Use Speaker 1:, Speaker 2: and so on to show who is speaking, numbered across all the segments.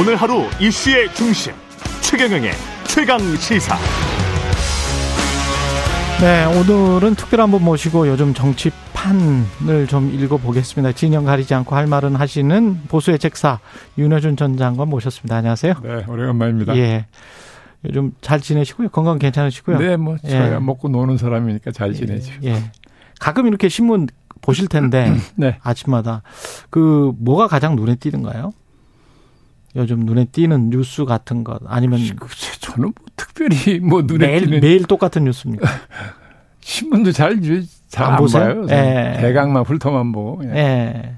Speaker 1: 오늘 하루 이슈의 중심 최경영의 최강 시사.
Speaker 2: 네, 오늘은 특별한 분 모시고 요즘 정치판을 좀 읽어보겠습니다. 진영 가리지 않고 할 말은 하시는 보수의 책사 윤여준 전 장관 모셨습니다. 안녕하세요.
Speaker 3: 네, 오래간만입니다.
Speaker 2: 예. 요즘 잘 지내시고요. 건강 괜찮으시고요.
Speaker 3: 네, 뭐 저야
Speaker 2: 예.
Speaker 3: 먹고 노는 사람이니까 잘 지내죠.
Speaker 2: 예. 가끔 이렇게 신문 보실 텐데
Speaker 3: 네.
Speaker 2: 아침마다 그 뭐가 가장 눈에 띄는가요? 요즘 눈에 띄는 뉴스 같은 것 아니면
Speaker 3: 글쎄, 저는 뭐 특별히 뭐 눈에
Speaker 2: 음. 매일
Speaker 3: 띄는
Speaker 2: 매일 똑같은 뉴스입니까?
Speaker 3: 신문도
Speaker 2: 안
Speaker 3: 잘잘안
Speaker 2: 보세요?
Speaker 3: 봐요.
Speaker 2: 예.
Speaker 3: 대강만 훑어만 보고. 그냥.
Speaker 2: 예.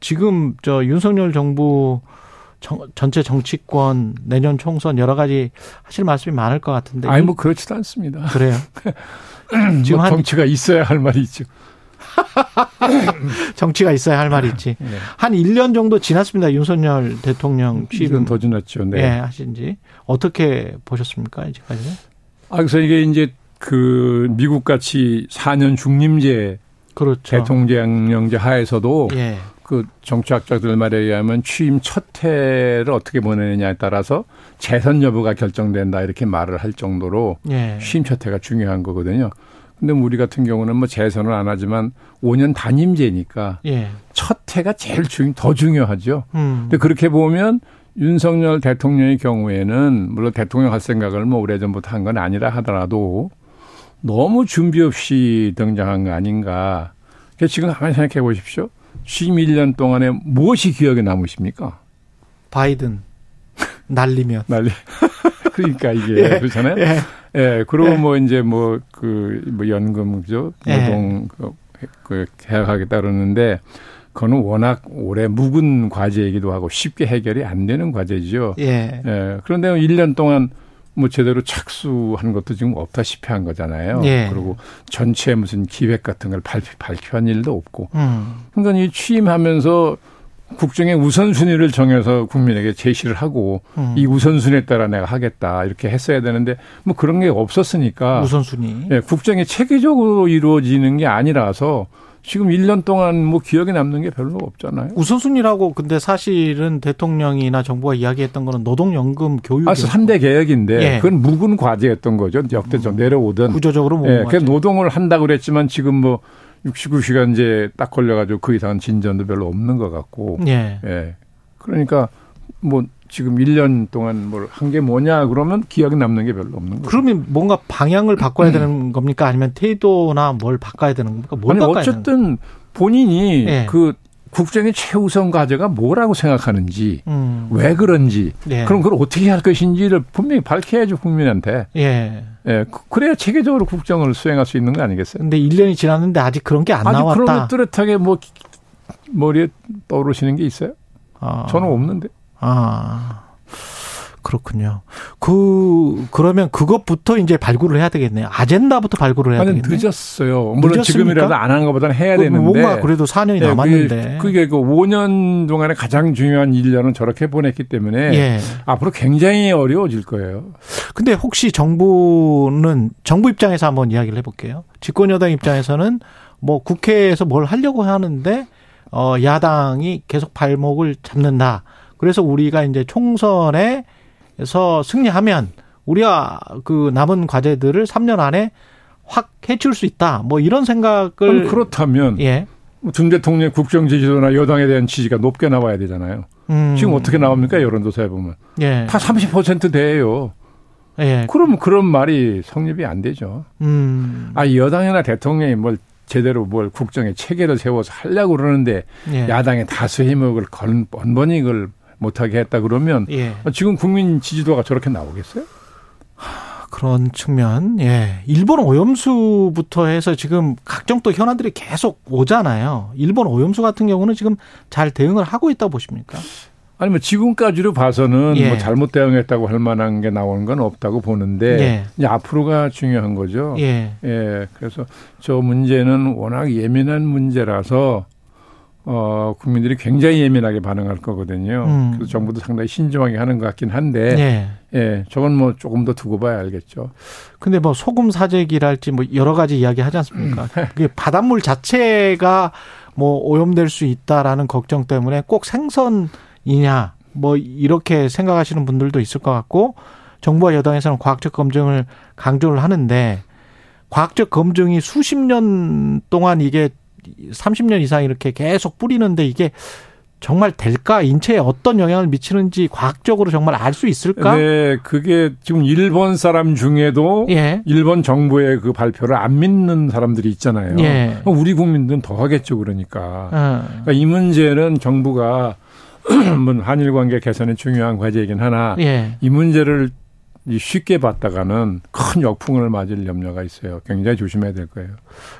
Speaker 2: 지금 저 윤석열 정부 정- 전체 정치권 내년 총선 여러 가지 하실 말씀이 많을 것 같은데.
Speaker 3: 아니 뭐 그렇지도 않습니다.
Speaker 2: 그래요. 지금
Speaker 3: 뭐
Speaker 2: 한
Speaker 3: 정치가 있어야 할 말이 있죠.
Speaker 2: 정치가 있어야 할 말이 있지.
Speaker 3: 네.
Speaker 2: 한 1년 정도 지났습니다. 윤석열 대통령 취임
Speaker 3: 지금 더 지났죠. 네.
Speaker 2: 예, 하신지 어떻게 보셨습니까? 이제까지?
Speaker 3: 아 그래서 이게 이제 그 미국 같이 4년 중림제
Speaker 2: 그렇죠.
Speaker 3: 대통령제 하에서도
Speaker 2: 예.
Speaker 3: 그 정치학자들 말에 의하면 취임 첫 해를 어떻게 보내느냐에 따라서 재선 여부가 결정된다 이렇게 말을 할 정도로
Speaker 2: 예.
Speaker 3: 취임 첫 해가 중요한 거거든요. 근데 우리 같은 경우는 뭐 재선을 안 하지만 5년 단임제니까
Speaker 2: 예.
Speaker 3: 첫 해가 제일 중더 중요하죠.
Speaker 2: 음.
Speaker 3: 근데 그렇게 보면 윤석열 대통령의 경우에는 물론 대통령 할 생각을 뭐 오래전부터 한 건 아니라 하더라도 너무 준비 없이 등장한 거 아닌가. 그래서 지금 한번 생각해 보십시오. 취임 1년 동안에 무엇이 기억에 남으십니까?
Speaker 2: 바이든 날리면
Speaker 3: 난리. 그러니까 이게
Speaker 2: 예.
Speaker 3: 그렇잖아요.
Speaker 2: 예.
Speaker 3: 예, 그리고
Speaker 2: 예.
Speaker 3: 뭐 이제 뭐 그 뭐 연금 그죠
Speaker 2: 예.
Speaker 3: 노동 그- 그 계약하겠다 그러는데 그거는 워낙 오래 묵은 과제이기도 하고 쉽게 해결이 안 되는 과제죠.
Speaker 2: 예.
Speaker 3: 예. 그런데 1년 동안 뭐 제대로 착수한 것도 지금 없다시피 한 거잖아요.
Speaker 2: 예.
Speaker 3: 그리고 전체 무슨 기획 같은 걸 발표, 발표한 일도 없고.
Speaker 2: 음.
Speaker 3: 그러니까 이 취임하면서 국정의 우선순위를 정해서 국민에게 제시를 하고
Speaker 2: 음.
Speaker 3: 이 우선순위에 따라 내가 하겠다 이렇게 했어야 되는데 뭐 그런 게 없었으니까
Speaker 2: 우선순위.
Speaker 3: 예, 국정이 체계적으로 이루어지는 게 아니라서 지금 1년 동안 뭐 기억에 남는 게 별로 없잖아요.
Speaker 2: 우선순위라고 근데 사실은 대통령이나 정부가 이야기했던 거는 노동연금 교육
Speaker 3: 아, 3대 개혁인데
Speaker 2: 그렇죠. 예. 음.
Speaker 3: 그건 묵은 과제였던 거죠. 역대 좀 내려오던.
Speaker 2: 구조적으로
Speaker 3: 예,
Speaker 2: 모은
Speaker 3: 그
Speaker 2: 거죠.
Speaker 3: 노동을 한다고 그랬지만 지금 뭐 69시간 이제 딱 걸려가지고 그 이상은 진전도 별로 없는 것 같고.
Speaker 2: 예.
Speaker 3: 예. 그러니까 뭐 지금 1년 동안 뭘 한 게 뭐냐 그러면 기억에 남는 게 별로 없는 거죠.
Speaker 2: 그러면 뭔가 방향을 바꿔야 되는 겁니까? 아니면 태도나 뭘 바꿔야 되는 겁니까? 뭘
Speaker 3: 음. 아니
Speaker 2: 바꿔야 되는
Speaker 3: 어쨌든 본인이
Speaker 2: 예.
Speaker 3: 그 국정의 최우선 과제가 뭐라고 생각하는지
Speaker 2: 겁니까? 음.
Speaker 3: 왜 그런지
Speaker 2: 예.
Speaker 3: 그럼 그걸 어떻게 할 것인지를 분명히 밝혀야죠 국민한테
Speaker 2: 예.
Speaker 3: 예, 그- 그래야 체계적으로 국정을 수행할 수 있는 거 아니겠어요?
Speaker 2: 근데 1년이 지났는데 아직 그런 게 안
Speaker 3: 아직
Speaker 2: 나왔다.
Speaker 3: 그런 거 뚜렷하게 뭐 기- 머리에 떠오르시는 게 있어요?
Speaker 2: 아.
Speaker 3: 저는 없는데
Speaker 2: 아. 그렇군요. 그 그러면 그것부터 이제 발굴을 해야 되겠네요. 아젠다부터 발굴을 해야
Speaker 3: 아니
Speaker 2: 되겠네요.
Speaker 3: 늦었어요. 물론
Speaker 2: 늦었습니까?
Speaker 3: 지금이라도 안 한 것보다는 해야
Speaker 2: 그
Speaker 3: 되는데
Speaker 2: 뭔가 그래도 4년이
Speaker 3: 예,
Speaker 2: 남았는데.
Speaker 3: 그게, 그게 그 5년 동안에 가장 중요한 일년은 저렇게 보냈기 때문에
Speaker 2: 예.
Speaker 3: 앞으로 굉장히 어려워질 거예요.
Speaker 2: 근데 혹시 정부는 정부 입장에서 한번 이야기를 해볼게요. 집권 여당 입장에서는 뭐 국회에서 뭘 하려고 하는데 어 야당이 계속 발목을 잡는다. 그래서 우리가 이제 총선에서 승리하면 우리가 그 남은 과제들을 3년 안에 확 해칠 수 있다. 뭐 이런 생각을
Speaker 3: 그럼 그렇다면
Speaker 2: 예.
Speaker 3: 준 대통령의 국정 지지도나 여당에 대한 지지가 높게 나와야 되잖아요.
Speaker 2: 음.
Speaker 3: 지금 어떻게 나옵니까 여론조사에 보면
Speaker 2: 예.
Speaker 3: 다 30% 돼요.
Speaker 2: 예.
Speaker 3: 그럼 그런 말이 성립이 안 되죠.
Speaker 2: 음.
Speaker 3: 아 여당이나 대통령이 뭘 제대로 뭘 국정의 체계를 세워서 하려고 그러는데
Speaker 2: 예.
Speaker 3: 야당의 다수 힘을 건 번번이 그걸 못하게 했다 그러면
Speaker 2: 예.
Speaker 3: 아, 지금 국민 지지도가 저렇게 나오겠어요?
Speaker 2: 그런 측면, 예. 일본 오염수부터 해서 지금 각종 또 현안들이 계속 오잖아요. 일본 오염수 같은 경우는 지금 잘 대응을 하고 있다 보십니까?
Speaker 3: 아니 뭐 지금까지로 봐서는
Speaker 2: 예.
Speaker 3: 뭐 잘못 대응했다고 할 만한 게 나오는 건 없다고 보는데
Speaker 2: 예.
Speaker 3: 이제 앞으로가 중요한 거죠.
Speaker 2: 예.
Speaker 3: 예, 그래서 저 문제는 워낙 예민한 문제라서 어 국민들이 굉장히 예민하게 반응할 거거든요.
Speaker 2: 음.
Speaker 3: 그래서 정부도 상당히 신중하게 하는 것 같긴 한데,
Speaker 2: 예.
Speaker 3: 예, 저건 뭐 조금 더 두고 봐야 알겠죠.
Speaker 2: 근데 뭐 소금 사재기랄지 뭐 여러 가지 이야기 하지 않습니까? 그게 바닷물 자체가 뭐 오염될 수 있다라는 걱정 때문에 꼭 생선이냐 뭐 이렇게 생각하시는 분들도 있을 것 같고 정부와 여당에서는 과학적 검증을 강조를 하는데 과학적 검증이 수십 년 동안 이게 30년 이상 이렇게 계속 뿌리는데 이게 정말 될까? 인체에 어떤 영향을 미치는지 과학적으로 정말 알 수 있을까?
Speaker 3: 네, 그게 지금 일본 사람 중에도
Speaker 2: 예.
Speaker 3: 일본 정부의 그 발표를 안 믿는 사람들이 있잖아요.
Speaker 2: 예.
Speaker 3: 그럼 우리 국민들은 더 하겠죠, 그러니까.
Speaker 2: 어.
Speaker 3: 그러니까 이 문제는 정부가 물론 한일 관계 개선이 중요한 과제이긴 하나
Speaker 2: 예.
Speaker 3: 이 문제를 이 쉽게 봤다가는 큰 역풍을 맞을 염려가 있어요. 굉장히 조심해야 될 거예요.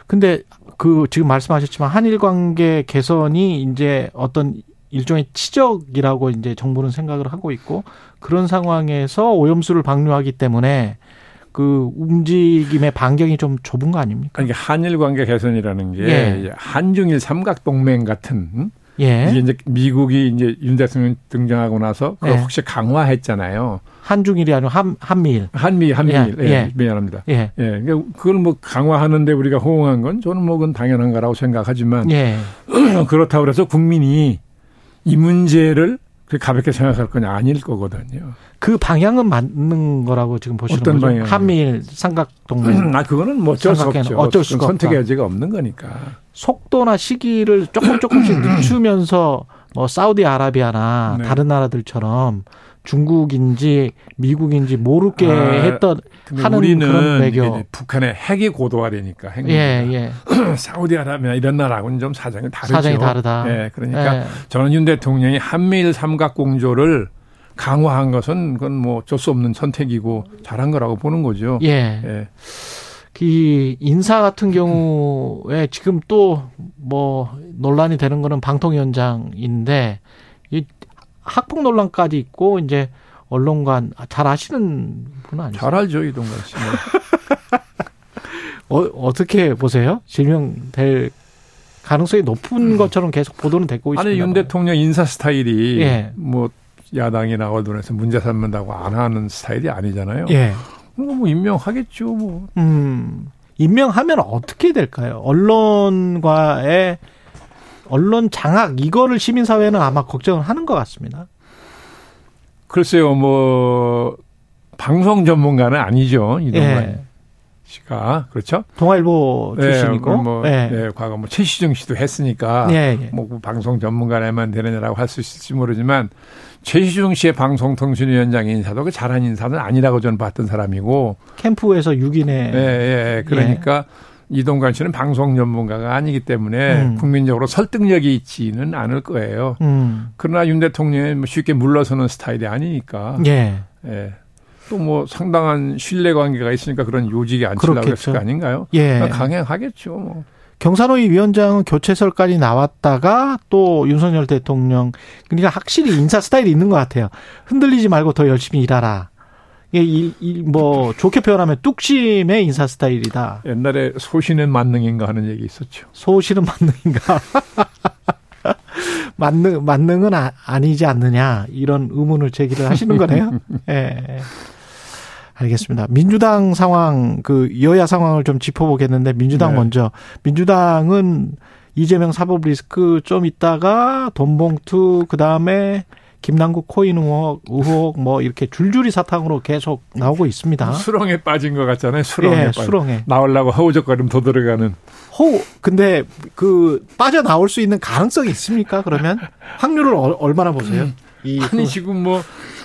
Speaker 2: 근데 그 지금 말씀하셨지만 한일 관계 개선이 이제 어떤 일종의 치적이라고 이제 정부는 생각을 하고 있고 그런 상황에서 오염수를 방류하기 때문에 그 움직임의 반경이 좀 좁은 거 아닙니까?
Speaker 3: 그러니까 한일 관계 개선이라는 게
Speaker 2: 예.
Speaker 3: 한중일 삼각 동맹 같은 음? 이게
Speaker 2: 예.
Speaker 3: 이제 미국이 이제 윤 대통령 등장하고 나서 그걸
Speaker 2: 예.
Speaker 3: 혹시 강화했잖아요.
Speaker 2: 한중일이 아니고 한 한미일.
Speaker 3: 한미 한미일
Speaker 2: 예,
Speaker 3: 예,
Speaker 2: 예.
Speaker 3: 미안합니다.
Speaker 2: 예.
Speaker 3: 예, 그러니까 그걸 뭐 강화하는데 우리가 호응한 건 저는 뭐 그건 당연한 거라고 생각하지만
Speaker 2: 예.
Speaker 3: 그렇다고 그래서 국민이 이 문제를 그렇게 가볍게 생각할 건 아닐 거거든요.
Speaker 2: 그 방향은 맞는 거라고 지금 보시는
Speaker 3: 어떤
Speaker 2: 거죠?
Speaker 3: 방향이요?
Speaker 2: 한미일 삼각동맹
Speaker 3: 아 그거는 뭐 어쩔 수
Speaker 2: 생각해는
Speaker 3: 없죠.
Speaker 2: 어쩔 수가 없다.
Speaker 3: 선택의 여지가 없는 거니까.
Speaker 2: 속도나 시기를 조금 조금씩 늦추면서 뭐 사우디아라비아나
Speaker 3: 네.
Speaker 2: 다른 나라들처럼 중국인지 미국인지 모르게
Speaker 3: 아,
Speaker 2: 했던
Speaker 3: 근데
Speaker 2: 하는
Speaker 3: 우리는
Speaker 2: 그런
Speaker 3: 이게
Speaker 2: 외교.
Speaker 3: 이제 북한의 핵이 고도화되니까 핵
Speaker 2: 예, 예.
Speaker 3: 사우디아라비아 이런 나라하고는 좀 사정이 다르죠.
Speaker 2: 사정이 다르다.
Speaker 3: 예, 그러니까
Speaker 2: 예.
Speaker 3: 저는 윤 대통령이 한미일 삼각공조를 강화한 것은 그건 뭐 어쩔 수 없는 선택이고 잘한 거라고 보는 거죠.
Speaker 2: 예.
Speaker 3: 예.
Speaker 2: 이 인사 같은 경우에 지금 또 뭐 논란이 되는 거는 방통위원장인데 이 학폭 논란까지 있고 이제 언론관 잘 아시는 분 아니세요?
Speaker 3: 잘 알죠, 이동관 씨.
Speaker 2: 어, 어떻게 보세요? 실명될 가능성이 높은 것처럼 계속 보도는 되고 있습니다.
Speaker 3: 음. 아니 윤 대통령 인사 스타일이
Speaker 2: 예.
Speaker 3: 뭐 야당이나 언론에서 문제 삼는다고 안 하는 스타일이 아니잖아요.
Speaker 2: 예.
Speaker 3: 그럼 뭐 임명하겠죠. 뭐
Speaker 2: 음. 임명하면 어떻게 될까요? 언론과의 언론 장악 이거를 시민 사회는 아마 걱정을 하는 것 같습니다.
Speaker 3: 글쎄요, 뭐 방송 전문가는 아니죠 이동관
Speaker 2: 예.
Speaker 3: 씨가 그렇죠.
Speaker 2: 동아일보 출신이고.
Speaker 3: 예, 뭐,
Speaker 2: 예.
Speaker 3: 예, 과거 뭐 최시정 씨도 했으니까
Speaker 2: 예, 예.
Speaker 3: 뭐그 방송 전문가라면 되느냐라고 할 수 있을지 모르지만 최시중 씨의 방송통신위원장 인사도 그 잘한 인사는 아니라고 저는 봤던 사람이고
Speaker 2: 캠프에서 6인의
Speaker 3: 예, 예, 예. 그러니까 이동관 씨는 방송 전문가가 아니기 때문에
Speaker 2: 예. 음.
Speaker 3: 국민적으로 설득력이 있지는 않을 거예요.
Speaker 2: 음.
Speaker 3: 그러나 윤 대통령이 뭐 쉽게 물러서는 스타일이 아니니까
Speaker 2: 예.
Speaker 3: 예. 또 뭐 상당한 신뢰 관계가 있으니까 그런 요직에 앉히려고
Speaker 2: 그렇겠죠.
Speaker 3: 했을 거 아닌가요?
Speaker 2: 예.
Speaker 3: 그러니까 강행하겠죠. 뭐.
Speaker 2: 경산호위 위원장은 교체설까지 나왔다가 또 윤석열 대통령 그러니까 확실히 인사 스타일이 있는 것 같아요. 흔들리지 말고 더 열심히 일하라. 이게 이- 이- 뭐 좋게 표현하면 뚝심의 인사 스타일이다.
Speaker 3: 옛날에 소신의 만능인가 하는 얘기 있었죠.
Speaker 2: 소실은 만능인가? 만능 만능은 아, 아니지 않느냐 이런 의문을 제기를 하시는 거네요. 예. 알겠습니다. 민주당 상황 그 여야 상황을 좀 짚어보겠는데 민주당
Speaker 3: 네.
Speaker 2: 먼저 민주당은 이재명 사법 리스크 좀 있다가 돈봉투 그 다음에 김남국 코인 의혹, 의혹 뭐 이렇게 줄줄이 사탕으로 계속 나오고 있습니다.
Speaker 3: 뭐 수렁에 빠진 것 같잖아요. 수렁에
Speaker 2: 예,
Speaker 3: 빠진.
Speaker 2: 수렁에.
Speaker 3: 나오려고 허우적거림 더 들어가는.
Speaker 2: 호 근데 그 빠져 나올 수 있는 가능성이 있습니까? 그러면 확률을 어- 얼마나 보세요? 이그
Speaker 3: 아니 지금 뭐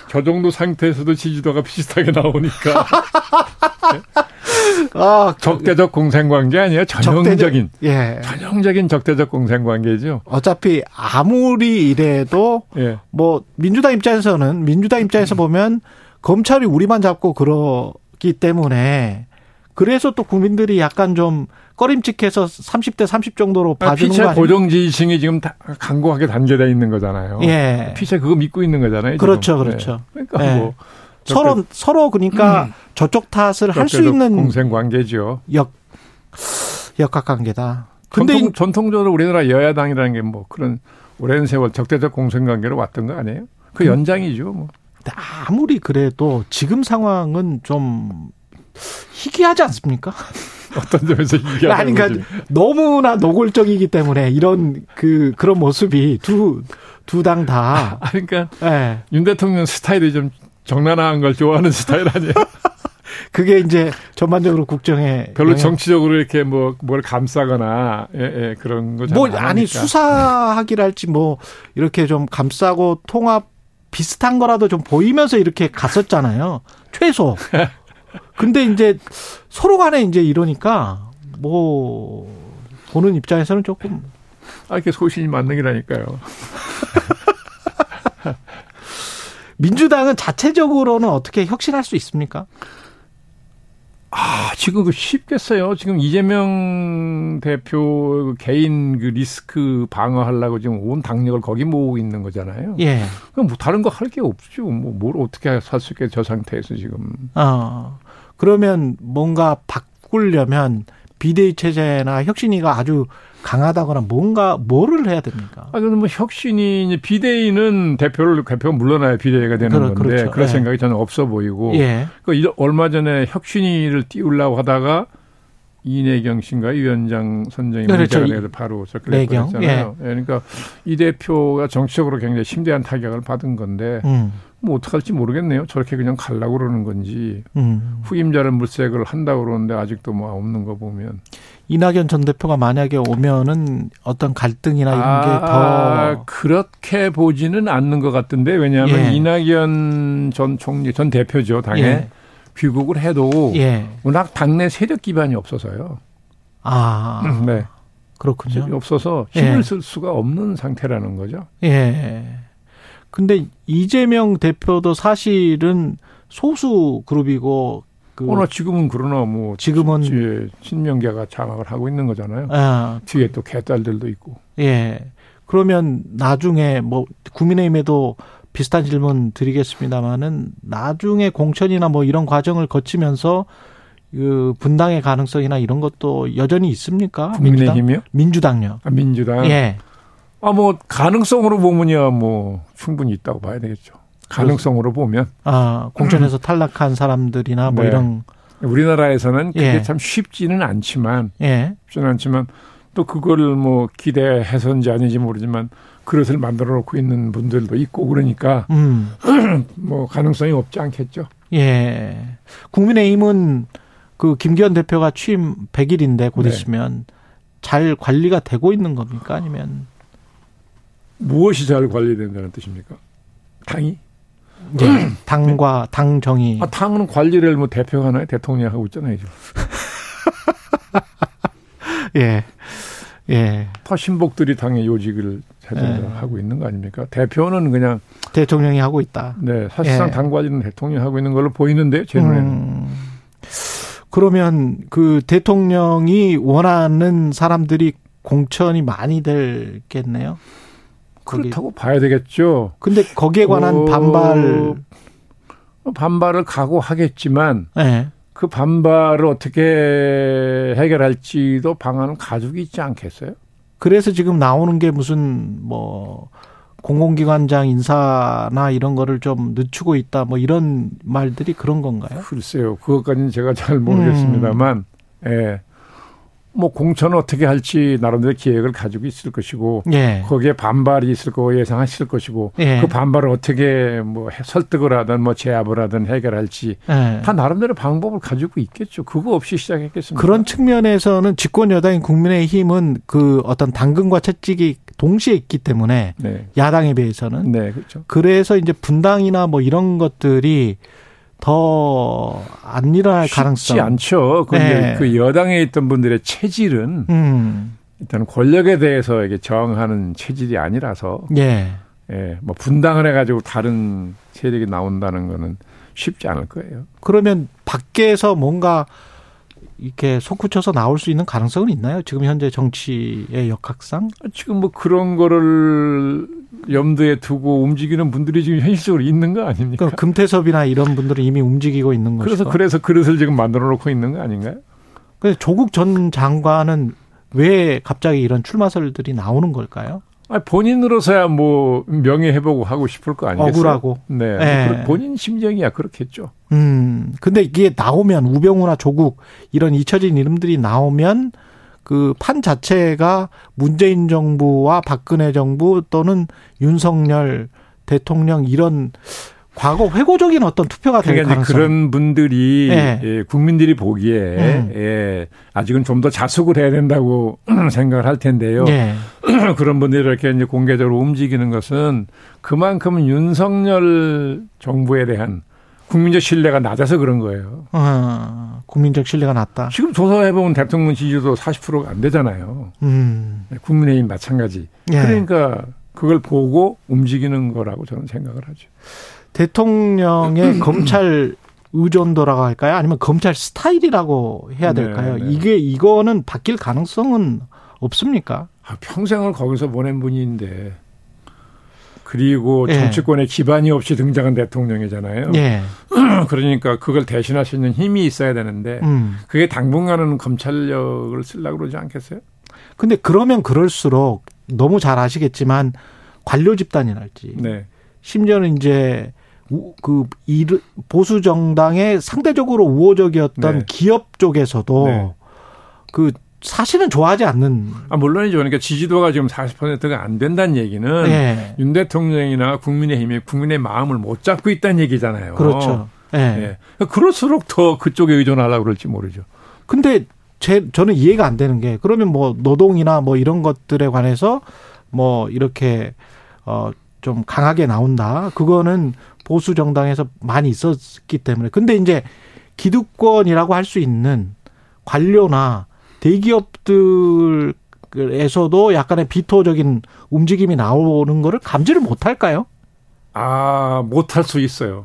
Speaker 3: 저 정도 상태에서도 지지도가 비슷하게 나오니까
Speaker 2: 아
Speaker 3: 적대적 공생관계 아니에요? 전형적인
Speaker 2: 적대적- 예
Speaker 3: 전형적인 적대적 공생관계죠.
Speaker 2: 어차피 아무리 이래도
Speaker 3: 예.
Speaker 2: 뭐 민주당 입장에서는 민주당
Speaker 3: 음.
Speaker 2: 입장에서 보면 검찰이 우리만 잡고 그러기 때문에 그래서 또 국민들이 약간 좀 꺼림칙해서 30대 30 정도로
Speaker 3: 아,
Speaker 2: 봐주는
Speaker 3: 피체
Speaker 2: 거 아니에요?
Speaker 3: 고정지지층이 지금 다 강고하게 단계돼 있는 거잖아요.
Speaker 2: 예
Speaker 3: 피체 그거 믿고 있는 거잖아요. 지금.
Speaker 2: 그렇죠
Speaker 3: 예.
Speaker 2: 그렇죠
Speaker 3: 그러니까
Speaker 2: 예.
Speaker 3: 뭐
Speaker 2: 서로 서로 그러니까 저쪽 탓을 할 수
Speaker 3: 음. 적대적
Speaker 2: 있는
Speaker 3: 공생관계죠.
Speaker 2: 역 역학관계다. 근데 이-
Speaker 3: 전통, 적으로 우리나라 여야당이라는 게 뭐 그런 오랜 세월 적대적 공생관계로 왔던 거 아니에요? 그 연장이죠. 뭐.
Speaker 2: 아무리 그래도 지금 상황은 좀 희귀하지 않습니까?
Speaker 3: 어떤 점에서 이기하는
Speaker 2: 그러니까
Speaker 3: 거지.
Speaker 2: 너무나 노골적이기 때문에 이런 그 그런 모습이 두 두 당 다.
Speaker 3: 아, 그러니까
Speaker 2: 예.
Speaker 3: 윤 대통령 스타일이 좀 적나라한 걸 좋아하는 스타일 아니에요?
Speaker 2: 그게 이제 전반적으로 국정에
Speaker 3: 별로
Speaker 2: 영향-
Speaker 3: 정치적으로 이렇게 뭐 뭘 감싸거나 예, 예, 그런 거잘
Speaker 2: 뭐 아니 수사하기랄지 뭐 이렇게 좀 감싸고 통합 비슷한 거라도 좀 보이면서 이렇게 갔었잖아요. 최소. 근데 이제 서로 간에 이제 이러니까 뭐 보는 입장에서는 조금
Speaker 3: 아, 이게 소신이 만능이라니까요.
Speaker 2: 민주당은 자체적으로는 어떻게 혁신할 수 있습니까?
Speaker 3: 아, 지금 그 쉽겠어요. 지금 이재명 대표 그 개인 그 리스크 방어하려고 지금 온 당력을 거기 모으고 있는 거잖아요.
Speaker 2: 예.
Speaker 3: 그럼 뭐 다른 거 할 게 없죠. 뭐 뭘 어떻게 살 수 있겠어요. 저 상태에서 지금.
Speaker 2: 어. 그러면 뭔가 바꾸려면 비대위 체제나 혁신위가 아주 강하다거나 뭔가 뭐를 해야 됩니까?
Speaker 3: 아, 저는 뭐 혁신이 이제 비대위는 대표를 대표가 물러나야 비대위가 되는
Speaker 2: 그렇-
Speaker 3: 건데
Speaker 2: 그렇죠.
Speaker 3: 그럴
Speaker 2: 예.
Speaker 3: 생각이 저는 없어 보이고
Speaker 2: 예.
Speaker 3: 그 일- 얼마 전에 혁신위를 띄우려고 하다가 이내경 씨인가 위원장 선정이
Speaker 2: 그렇죠.
Speaker 3: 문제가 돼서 바로 적결했
Speaker 2: 내경, 예.
Speaker 3: 잖아요 그러니까 이 대표가 정치적으로 굉장히 심대한 타격을 받은 건데
Speaker 2: 음.
Speaker 3: 뭐 어떡할지 모르겠네요. 저렇게 그냥 가려고 그러는 건지
Speaker 2: 음.
Speaker 3: 후임자를 물색을 한다고 그러는데 아직도 뭐 없는 거 보면
Speaker 2: 이낙연 전 대표가 만약에 오면은 어떤 갈등이나 이런
Speaker 3: 아,
Speaker 2: 게 더
Speaker 3: 그렇게 보지는 않는 것 같은데 왜냐하면
Speaker 2: 예.
Speaker 3: 이낙연 전 총리 전 대표죠 당에
Speaker 2: 예.
Speaker 3: 귀국을 해도
Speaker 2: 예.
Speaker 3: 워낙 당내 세력 기반이 없어서요.
Speaker 2: 아,
Speaker 3: 네.
Speaker 2: 그렇군요.
Speaker 3: 힘이 없어서 힘을
Speaker 2: 예.
Speaker 3: 쓸 수가 없는 상태라는 거죠.
Speaker 2: 예. 근데 이재명 대표도 사실은 소수 그룹이고 그
Speaker 3: 오늘 지금은 그러나 뭐
Speaker 2: 지금은
Speaker 3: 뒤에 친명계가 장악을 하고 있는 거잖아요.
Speaker 2: 아,
Speaker 3: 뒤에 또 개딸들도 있고.
Speaker 2: 예. 그러면 나중에 뭐 국민의힘에도 비슷한 질문 드리겠습니다마는 나중에 공천이나 뭐 이런 과정을 거치면서 그 분당의 가능성이나 이런 것도 여전히 있습니까? 민주당?
Speaker 3: 국민의힘이요?
Speaker 2: 민주당요.
Speaker 3: 아, 민주당.
Speaker 2: 예.
Speaker 3: 아 뭐 가능성으로 보면야 뭐 충분히 있다고 봐야 되겠죠. 가능성으로 보면
Speaker 2: 아, 공천에서 탈락한 사람들이나 뭐
Speaker 3: 네.
Speaker 2: 이런
Speaker 3: 우리나라에서는 그게
Speaker 2: 예.
Speaker 3: 참 쉽지는 않지만
Speaker 2: 예.
Speaker 3: 쉽지는 않지만 또 그거를 뭐 기대해서인지 아닌지 모르지만 그릇을 만들어 놓고 있는 분들도 있고 그러니까
Speaker 2: 음.
Speaker 3: 뭐 가능성이 없지 않겠죠.
Speaker 2: 예. 국민의힘은 그 김기현 대표가 취임 100일인데 곧
Speaker 3: 네.
Speaker 2: 있으면 잘 관리가 되고 있는 겁니까? 아니면
Speaker 3: 무엇이 잘 관리된다는 뜻입니까? 당이?
Speaker 2: 예. 당과 당 정의
Speaker 3: 네. 아, 당은 관리를 뭐 대표가 하나요? 대통령이 하고 있잖아요. 지금.
Speaker 2: 예. 예.
Speaker 3: 터신복들이 당의 요직을
Speaker 2: 네.
Speaker 3: 자전을 하고 있는 거 아닙니까? 대표는 그냥,
Speaker 2: 대통령이 하고 있다.
Speaker 3: 네, 사실상
Speaker 2: 예.
Speaker 3: 당 관리는 대통령이 하고 있는 걸로 보이는데, 제 눈에는.
Speaker 2: 음. 그러면 그 대통령이 원하는 사람들이 공천이 많이 되겠네요. 거기-
Speaker 3: 그렇다고 봐야 되겠죠.
Speaker 2: 근데 거기에 관한
Speaker 3: 어,
Speaker 2: 반발,
Speaker 3: 반발을 각오하겠지만,
Speaker 2: 예.
Speaker 3: 그 반발을 어떻게 해결할지도 방안을 가지고 있지 않겠어요?
Speaker 2: 그래서 지금 나오는 게 무슨 뭐 공공기관장 인사나 이런 거를 좀 늦추고 있다 뭐 이런 말들이 그런 건가요?
Speaker 3: 글쎄요. 그것까지는 제가 잘 모르겠습니다만,
Speaker 2: 음.
Speaker 3: 예. 뭐 공천을 어떻게 할지 나름대로 기획을 가지고 있을 것이고,
Speaker 2: 예.
Speaker 3: 거기에 반발이 있을 거고 예상하실 것이고,
Speaker 2: 예.
Speaker 3: 그 반발을 어떻게 뭐 해- 설득을 하든 뭐 제압을 하든 해결할지
Speaker 2: 예.
Speaker 3: 다 나름대로 방법을 가지고 있겠죠. 그거 없이 시작했겠습니까?
Speaker 2: 그런 측면에서는 집권 여당인 국민의힘은 그 어떤 당근과 채찍이 동시에 있기 때문에
Speaker 3: 네.
Speaker 2: 야당에 비해서는
Speaker 3: 네, 그렇죠.
Speaker 2: 그래서 이제 분당이나 뭐 이런 것들이 더 안 일어날
Speaker 3: 쉽지
Speaker 2: 아, 가능성.
Speaker 3: 않죠. 근데
Speaker 2: 네.
Speaker 3: 그 여당에 있던 분들의 체질은
Speaker 2: 음.
Speaker 3: 일단 권력에 대해서 이게 저항하는 체질이 아니라서
Speaker 2: 예.
Speaker 3: 예, 뭐 분당을 해가지고 다른 세력이 나온다는 거는 쉽지 않을 거예요.
Speaker 2: 그러면 밖에서 뭔가 이렇게 솟구쳐서 나올 수 있는 가능성은 있나요? 지금 현재 정치의 역학상?
Speaker 3: 지금 뭐 그런 거를 염두에 두고 움직이는 분들이 지금 현실적으로 있는 거 아닙니까? 그렇죠.
Speaker 2: 그러니까 금태섭이나 이런 분들은 이미 움직이고 있는 거죠.
Speaker 3: 그래서 그래서 그릇을 지금 만들어 놓고 있는 거 아닌가요?
Speaker 2: 근데 조국 전 장관은 왜 갑자기 이런 출마설들이 나오는 걸까요?
Speaker 3: 아 본인으로서야 뭐 명예 회복을 하고 싶을 거 아니겠어요?
Speaker 2: 억울하고.
Speaker 3: 네.
Speaker 2: 예.
Speaker 3: 그런 본인 심정이야 그렇겠죠.
Speaker 2: 음. 근데 이게 나오면 우병우나 조국 이런 잊혀진 이름들이 나오면 그 판 자체가 문재인 정부와 박근혜 정부 또는 윤석열 대통령 이런 과거 회고적인 어떤 투표가 될
Speaker 3: 그러니까 이제
Speaker 2: 가능성.
Speaker 3: 그런 분들이
Speaker 2: 예.
Speaker 3: 예, 국민들이 보기에
Speaker 2: 음.
Speaker 3: 예, 아직은 좀 더 자숙을 해야 된다고 생각을 할 텐데요.
Speaker 2: 예.
Speaker 3: 그런 분들이 이렇게 이제 공개적으로 움직이는 것은 그만큼 윤석열 정부에 대한 국민적 신뢰가 낮아서 그런 거예요.
Speaker 2: 어, 국민적 신뢰가 낮다.
Speaker 3: 지금 조사해보면 대통령 지지도 40%가 안 되잖아요.
Speaker 2: 음.
Speaker 3: 국민의힘 마찬가지.
Speaker 2: 예.
Speaker 3: 그러니까 그걸 보고 움직이는 거라고 저는 생각을 하죠.
Speaker 2: 대통령의 검찰 의존도라고 할까요? 아니면 검찰 스타일이라고 해야
Speaker 3: 네,
Speaker 2: 될까요?
Speaker 3: 네.
Speaker 2: 이게 이거는 바뀔 가능성은 없습니까?
Speaker 3: 아, 평생을 거기서 보낸 분인데 그리고
Speaker 2: 예.
Speaker 3: 정치권에 기반이 없이 등장한 대통령이잖아요.
Speaker 2: 예.
Speaker 3: 그러니까 그걸 대신할 수 있는 힘이 있어야 되는데
Speaker 2: 음.
Speaker 3: 그게 당분간은 검찰력을 쓰려고 그러지 않겠어요?
Speaker 2: 근데 그러면 그럴수록 너무 잘 아시겠지만 관료 집단이랄지
Speaker 3: 네.
Speaker 2: 심지어는 이제 우- 그 이르- 보수 정당의 상대적으로 우호적이었던
Speaker 3: 네.
Speaker 2: 기업 쪽에서도
Speaker 3: 네.
Speaker 2: 그 사실은 좋아하지 않는
Speaker 3: 아, 물론이죠. 그러니까 지지도가 지금 40%가 안 된다는 얘기는
Speaker 2: 예.
Speaker 3: 윤 대통령이나 국민의힘이 국민의 마음을 못 잡고 있다는 얘기잖아요.
Speaker 2: 그렇죠. 예.
Speaker 3: 어. 예. 그럴수록 더 그쪽에 의존하려고 그럴지 모르죠.
Speaker 2: 근데 제 저는 이해가 안 되는 게 그러면 뭐 노동이나 뭐 이런 것들에 관해서 뭐 이렇게 어 좀 강하게 나온다. 그거는 보수 정당에서 많이 있었기 때문에. 근데 이제 기득권이라고 할 수 있는 관료나 대기업들에서도 약간의 비토적인 움직임이 나오는 거를 감지를 못 할까요?
Speaker 3: 아, 못할 수 있어요.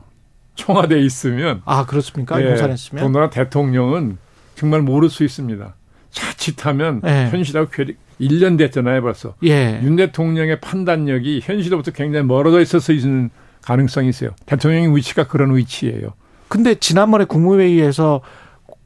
Speaker 3: 청와대에 있으면
Speaker 2: 아, 그렇습니까?
Speaker 3: 예,
Speaker 2: 용산에 있으면.
Speaker 3: 더구나 대통령은 정말 모를 수 있습니다. 자칫하면
Speaker 2: 예.
Speaker 3: 현실하고 괴리 1년 됐잖아요, 벌써.
Speaker 2: 예.
Speaker 3: 윤 대통령의 판단력이 현실로부터 굉장히 멀어져 있을 수 있는 가능성이 있어요. 대통령의 위치가 그런 위치예요.
Speaker 2: 근데 지난번에 국무회의에서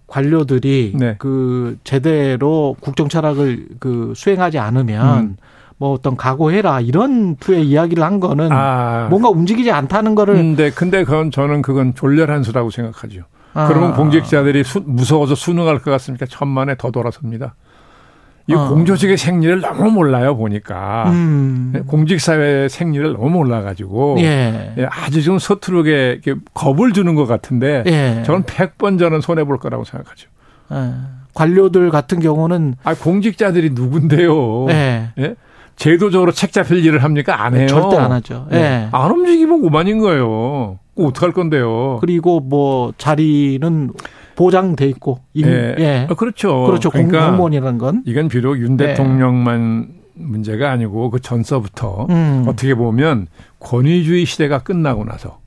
Speaker 2: 관료들이
Speaker 3: 네.
Speaker 2: 그 제대로 국정철학을 그 수행하지 않으면
Speaker 3: 음.
Speaker 2: 뭐 어떤 각오해라 이런 투의 이야기를 한 거는
Speaker 3: 아, 음.
Speaker 2: 뭔가 움직이지 않다는 거를
Speaker 3: 근데 근데 그건 저는 그건 졸렬한 수라고 생각하죠.
Speaker 2: 아.
Speaker 3: 그러면 공직자들이 수- 무서워서 수능할 것 같습니까? 천만에 더 돌아섭니다. 이
Speaker 2: 아.
Speaker 3: 공조직의 생리를 너무 몰라요 보니까
Speaker 2: 음.
Speaker 3: 네. 공직사회의 생리를 너무 몰라가지고
Speaker 2: 예.
Speaker 3: 예, 아주 좀 서투르게 이렇게 겁을 주는 것 같은데
Speaker 2: 예.
Speaker 3: 저는 100번 저는 손해 볼 거라고 생각하죠.
Speaker 2: 예. 관료들 같은 경우는
Speaker 3: 아 공직자들이 누군데요?
Speaker 2: 예.
Speaker 3: 예? 제도적으로 책 잡힐 일을 합니까? 안 해요.
Speaker 2: 절대 안 하죠. 예.
Speaker 3: 예. 안 움직이면 오만인 거예요. 그거 어떡할 건데요.
Speaker 2: 그리고 뭐 자리는 보장돼 있고 임-
Speaker 3: 예.
Speaker 2: 예.
Speaker 3: 아, 그렇죠.
Speaker 2: 그렇죠. 공-
Speaker 3: 그러니까
Speaker 2: 공무원이라는 건
Speaker 3: 이건 비록 윤
Speaker 2: 네.
Speaker 3: 대통령만 문제가 아니고 그 전서부터
Speaker 2: 음.
Speaker 3: 어떻게 보면 권위주의 시대가 끝나고 나서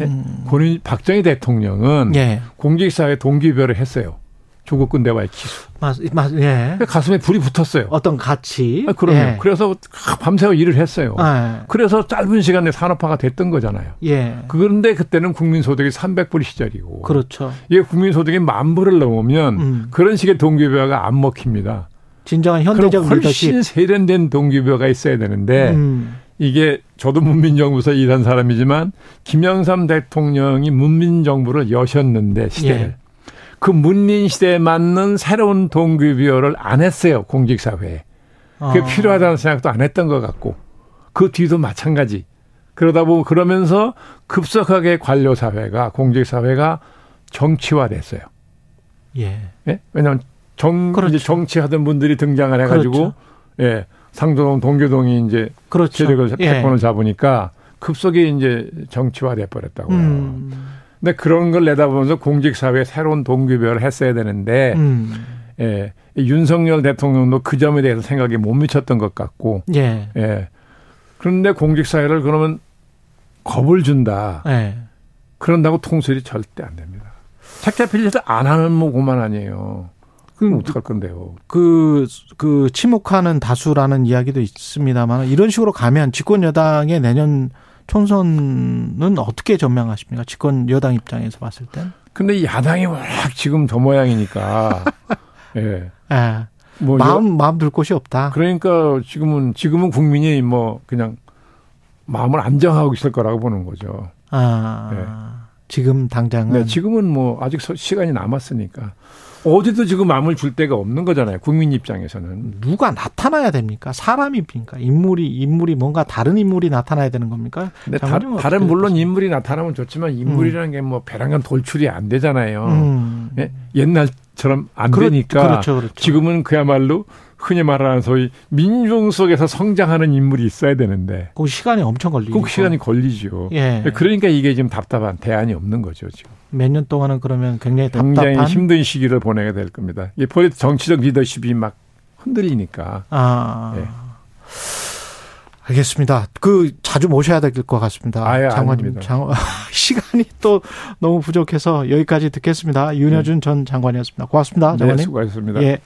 Speaker 3: 예? 권위 박정희 대통령은
Speaker 2: 음. 예.
Speaker 3: 공직사회 동기별을 했어요. 조국 군대와의 기수.
Speaker 2: 맞, 맞, 예.
Speaker 3: 그러니까 가슴에 불이 붙었어요.
Speaker 2: 어떤 가치.
Speaker 3: 아, 그럼요.
Speaker 2: 예.
Speaker 3: 그래서 아, 밤새워 일을 했어요.
Speaker 2: 아,
Speaker 3: 그래서 짧은 시간에 산업화가 됐던 거잖아요.
Speaker 2: 예.
Speaker 3: 그런데 그때는 국민소득이 300불 시절이고
Speaker 2: 그렇죠.
Speaker 3: 이게 국민소득이 만 불을 넘으면
Speaker 2: 음.
Speaker 3: 그런 식의 동기부여가 안 먹힙니다.
Speaker 2: 진정한
Speaker 3: 그럼
Speaker 2: 현대적 리더십.
Speaker 3: 훨씬 예. 세련된 동기부여가 있어야 되는데
Speaker 2: 음,
Speaker 3: 이게 저도 문민정부에서 일한 사람이지만 김영삼 대통령이 문민정부를 여셨는데 시대를
Speaker 2: 예.
Speaker 3: 그 문민 시대에 맞는 새로운 동기부여를 안 했어요 공직사회에 그게
Speaker 2: 어.
Speaker 3: 필요하다는 생각도 안 했던 것 같고 그 뒤도 마찬가지 그러다 보면 그러면서 급속하게 관료사회가 공직사회가 정치화됐어요
Speaker 2: 예.
Speaker 3: 예? 왜냐하면 정,
Speaker 2: 그렇죠.
Speaker 3: 이제 정치하던 분들이 등장을 해가지고
Speaker 2: 그렇죠.
Speaker 3: 예, 상도동 동교동이 이제
Speaker 2: 그렇죠.
Speaker 3: 세력을
Speaker 2: 예.
Speaker 3: 패권을 잡으니까 급속에 이제 정치화돼 버렸다고요.
Speaker 2: 음,
Speaker 3: 근데 그런 걸 내다보면서 공직 사회에 새로운 동기부여를 했어야 되는데
Speaker 2: 음,
Speaker 3: 예, 이 윤석열 대통령도 그 점에 대해서 생각이 못 미쳤던 것 같고
Speaker 2: 예.
Speaker 3: 예. 그런데 공직 사회를 그러면 겁을 준다.
Speaker 2: 예.
Speaker 3: 그런다고 통솔이 절대 안 됩니다. 책자 빌려서 안 하는 모고만 아니에요.
Speaker 2: 음.
Speaker 3: 그럼 어떡할 건데요.
Speaker 2: 그, 그, 침묵하는 다수라는 이야기도 있습니다만, 이런 식으로 가면 집권 여당의 내년 총선은 어떻게 전망하십니까? 집권 여당 입장에서 봤을 땐?
Speaker 3: 근데 이 야당이 워낙 지금 저 모양이니까 예.
Speaker 2: 예.
Speaker 3: 뭐 여-
Speaker 2: 마음, 마음 둘 곳이 없다.
Speaker 3: 그러니까 지금은 지금은 국민이 뭐 그냥 마음을 안정하고 있을 거라고 보는 거죠.
Speaker 2: 아. 지금 당장은
Speaker 3: 네, 지금은 뭐 아직 서- 시간이 남았으니까 어디도 지금 마음을 줄 데가 없는 거잖아요. 국민 입장에서는.
Speaker 2: 누가 나타나야 됩니까? 사람입니까? 인물이 인물이 뭔가 다른 인물이 나타나야 되는 겁니까?
Speaker 3: 근데 다,
Speaker 2: 장관님은
Speaker 3: 다른
Speaker 2: 어떻게
Speaker 3: 물론 인물이 나타나면 좋지만 인물이라는 게 뭐 배란간 돌출이 안 되잖아요.
Speaker 2: 음.
Speaker 3: 예? 옛날처럼 안
Speaker 2: 그렇-
Speaker 3: 되니까
Speaker 2: 그렇죠, 그렇죠.
Speaker 3: 지금은 그야말로 흔히 말하는 소위 민중 속에서 성장하는 인물이 있어야 되는데
Speaker 2: 그 시간이 엄청 걸리고
Speaker 3: 꼭 시간이 걸리죠.
Speaker 2: 예.
Speaker 3: 그러니까 이게 지금 답답한 대안이 없는 거죠 지금.
Speaker 2: 몇 년 동안은 그러면 굉장히
Speaker 3: 굉장히
Speaker 2: 답답한
Speaker 3: 힘든 시기를 보내게 될 겁니다. 이게 포리 정치적 리더십이 막 흔들리니까.
Speaker 2: 아.
Speaker 3: 예.
Speaker 2: 알겠습니다. 그 자주 모셔야 될 것 같습니다.
Speaker 3: 아예
Speaker 2: 장관님
Speaker 3: 아닙니다.
Speaker 2: 장 시간이 또 너무 부족해서 여기까지 듣겠습니다. 윤여준 전 장관이었습니다. 고맙습니다.
Speaker 3: 네,
Speaker 2: 장관님.
Speaker 3: 수고하셨습니다.
Speaker 2: 아, 예.